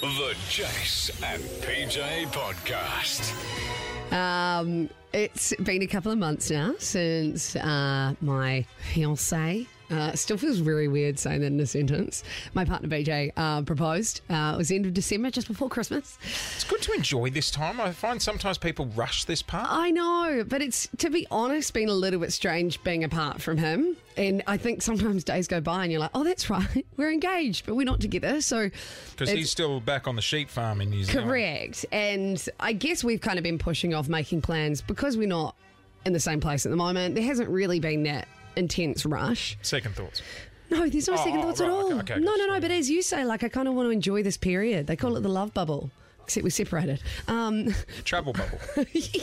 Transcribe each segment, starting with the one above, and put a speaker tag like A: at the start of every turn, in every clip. A: The Jace and PJ Podcast.
B: Um, it's been a couple of months now since uh, my fiance. Uh, still feels very weird saying that in a sentence. My partner BJ uh, proposed. Uh, it was the end of December, just before Christmas.
C: It's good to enjoy this time. I find sometimes people rush this part.
B: I know, but it's to be honest, been a little bit strange being apart from him. And I think sometimes days go by and you're like, oh, that's right, we're engaged, but we're not together. So
C: Because he's still back on the sheep farm in New Zealand.
B: Correct. And I guess we've kind of been pushing off making plans because we're not in the same place at the moment. There hasn't really been that intense rush.
C: Second thoughts.
B: No, there's no second
C: oh,
B: thoughts at
C: right,
B: all.
C: okay, okay,
B: no,
C: gotcha,
B: no, no. But as you say, like, I kind of want to enjoy this period. They call it the love bubble. Except we're separated. Um,
C: Travel bubble.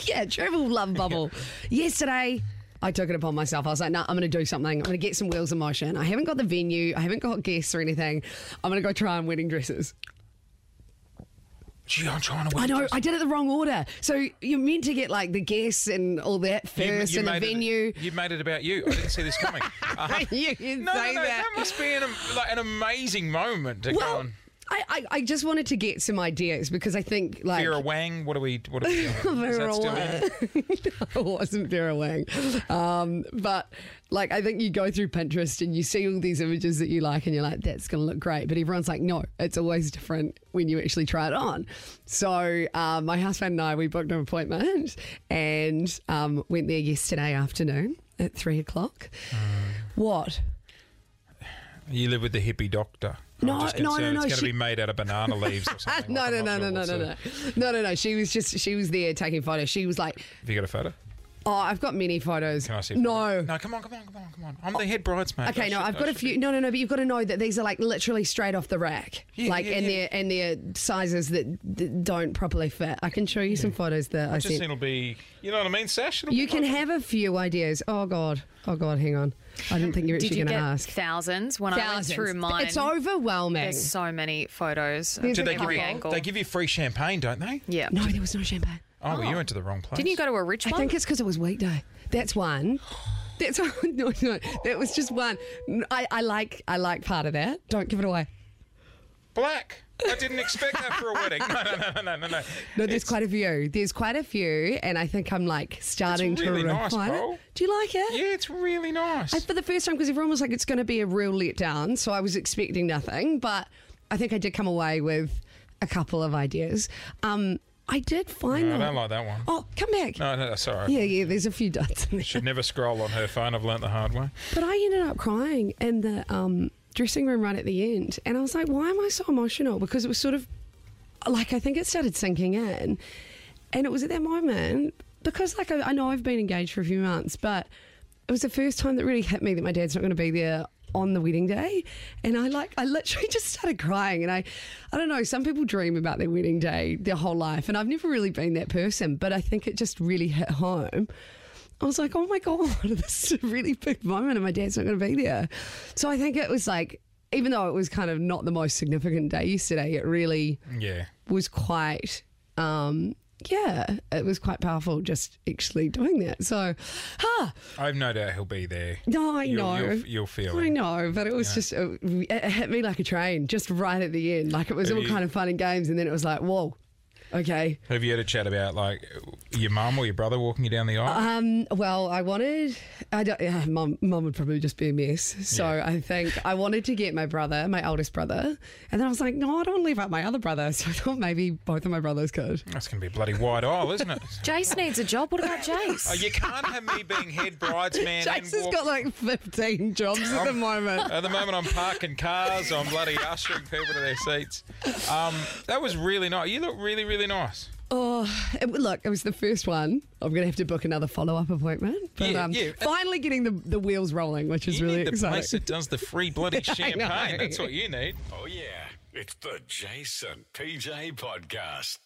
B: yeah, travel love bubble. Yesterday, I took it upon myself. I was like, no, I'm going to do something. I'm going to get some wheels in motion. I haven't got the venue. I haven't got guests or anything. I'm going to go try on wedding dresses.
C: Gee, I'm trying to.
B: I know I did it the wrong order. So you're meant to get like the guests and all that first, and the
C: made it-
B: venue.
C: you made it about you. I didn't see this coming. Uh-huh.
B: You didn't
C: no,
B: say
C: no, no,
B: that.
C: must be an, am- like, an amazing moment to go
B: well,
C: on.
B: I, I I just wanted to get some ideas because I think like
C: Vera Wang, what are we? What are we doing? Is
B: Vera
C: that still
B: Wang.
C: in?
B: No, it wasn't Vera Wang. Um, but like, I think you go through Pinterest and you see all these images that you like, and you're like, that's going to look great. But everyone's like, no, it's always different when you actually try it on. So uh, my husband and I, we booked an appointment and um, went there yesterday afternoon at three o'clock.
C: Mm.
B: What?
C: You live with the hippie doctor. I'm
B: No,
C: just
B: no, no,
C: concerned
B: no,
C: It's going to
B: she-
C: be made out of banana leaves or something.
B: Ah, No,
C: like,
B: no,
C: I'm
B: no, no,
C: not
B: no, no,
C: sure
B: no,
C: what's-
B: no, no, no. She was just, she was there taking photos. She was like,
C: Have you got a photo?
B: oh, I've got many photos.
C: Can I see? a
B: No, Oh.
C: photo? No, come on, come on, come on, come on. I'm the head bridesmaid. I
B: Okay, no,
C: should-
B: I've
C: I
B: got a
C: should
B: few. No, no, no, but you've got to know that these are like literally straight off the rack,
C: Yeah,
B: like
C: yeah,
B: and
C: yeah.
B: they're and they're sizes that, that don't properly fit. I can show you some photos that I
C: Just
B: sent.
C: it'll be, you know what I mean, Sash? It'll
B: You
C: be
B: can
C: like-
B: have a few ideas. Oh God, oh God, hang on. I didn't think you were
D: Did
B: actually
D: you
B: going to
D: get
B: ask.
D: thousands? When I went through mine,
B: It's overwhelming.
D: there's so many photos.
B: Did
D: of
C: Did they give,
D: every
C: you,
D: angle.
C: they give you free champagne, don't they?
D: yeah.
B: No, there was no champagne.
C: Oh, well, you went to the wrong place.
D: Didn't you go to a rich
B: I
D: one?
B: think it's because it was weekday. That's one. That's one. No, no, that was just one. I, I like, I like part of that. Don't give it away.
C: Black. I didn't expect that for a wedding. No, no, no, no, no, no, no.
B: No, there's quite a few. There's quite a few, and I think I'm like starting
C: really
B: to
C: nice,
B: refine it.
C: Cole.
B: Do you like it?
C: Yeah, it's really nice.
B: I- for the first time, because everyone was like, it's going to be a real letdown, so I was expecting nothing. But I think I did come away with a couple of ideas. Um, I did find
C: No, I
B: them.
C: don't like that one.
B: Oh, come back.
C: No, no, no, sorry.
B: Yeah, yeah. There's a few duds in there,
C: Should never scroll on her phone. I've learnt the hard way.
B: but I ended up crying in the um, dressing room right at the end, and I was like, why am I so emotional? Because it was sort of like I think it started sinking in, and it was at that moment because like I, I know I've been engaged for a few months, but it was the first time that really hit me that my dad's not going to be there on the wedding day, and I like I literally just started crying, and I I don't know. Some people dream about their wedding day their whole life, and I've never really been that person, but I think it just really hit home. I was like, oh my god, this is a really big moment, and my dad's not going to be there. So I think it was like. Even though it was kind of not the most significant day yesterday, it really
C: Yeah.
B: was quite um yeah it was quite powerful just actually doing that so huh
C: I've no doubt he'll be there.
B: no i
C: You'll-
B: know
C: You'll, you'll feel
B: I
C: it.
B: know, but it was just, it, it hit me like a train, just right at the end. Like it was
C: Have
B: all
C: you-
B: kind of fun and games, and then it was like, whoa, okay.
C: Have you had a chat about, like, your mum or your brother walking you down the aisle?
B: Um, well, I wanted, I don't, yeah, mum, mum would probably just be a mess. So I think I wanted to get my brother, my oldest brother, and then I was like, no, I don't want to leave out my other brother. So I thought maybe both of my brothers could.
C: That's going to be a bloody wide aisle, isn't it?
D: Jace needs a job. What about
C: oh,
D: Jace?
C: you can't have me being head bridesman and
B: Jax has
C: walk- Oh.
B: got like 15 jobs at the moment.
C: At the moment, I'm parking cars. I'm bloody ushering people to their seats. Um, that was really nice. You look really, really nice.
B: Oh, it, look, it was the first one. I'm going to have to book another follow up appointment. But
C: Yeah,
B: um,
C: yeah.
B: finally getting the, the wheels rolling, which is
C: you
B: really
C: need the place
B: exciting.
C: that does the free bloody
B: know.
C: champagne. That's what you need.
A: Oh, yeah. It's the Jace and PJ Podcast.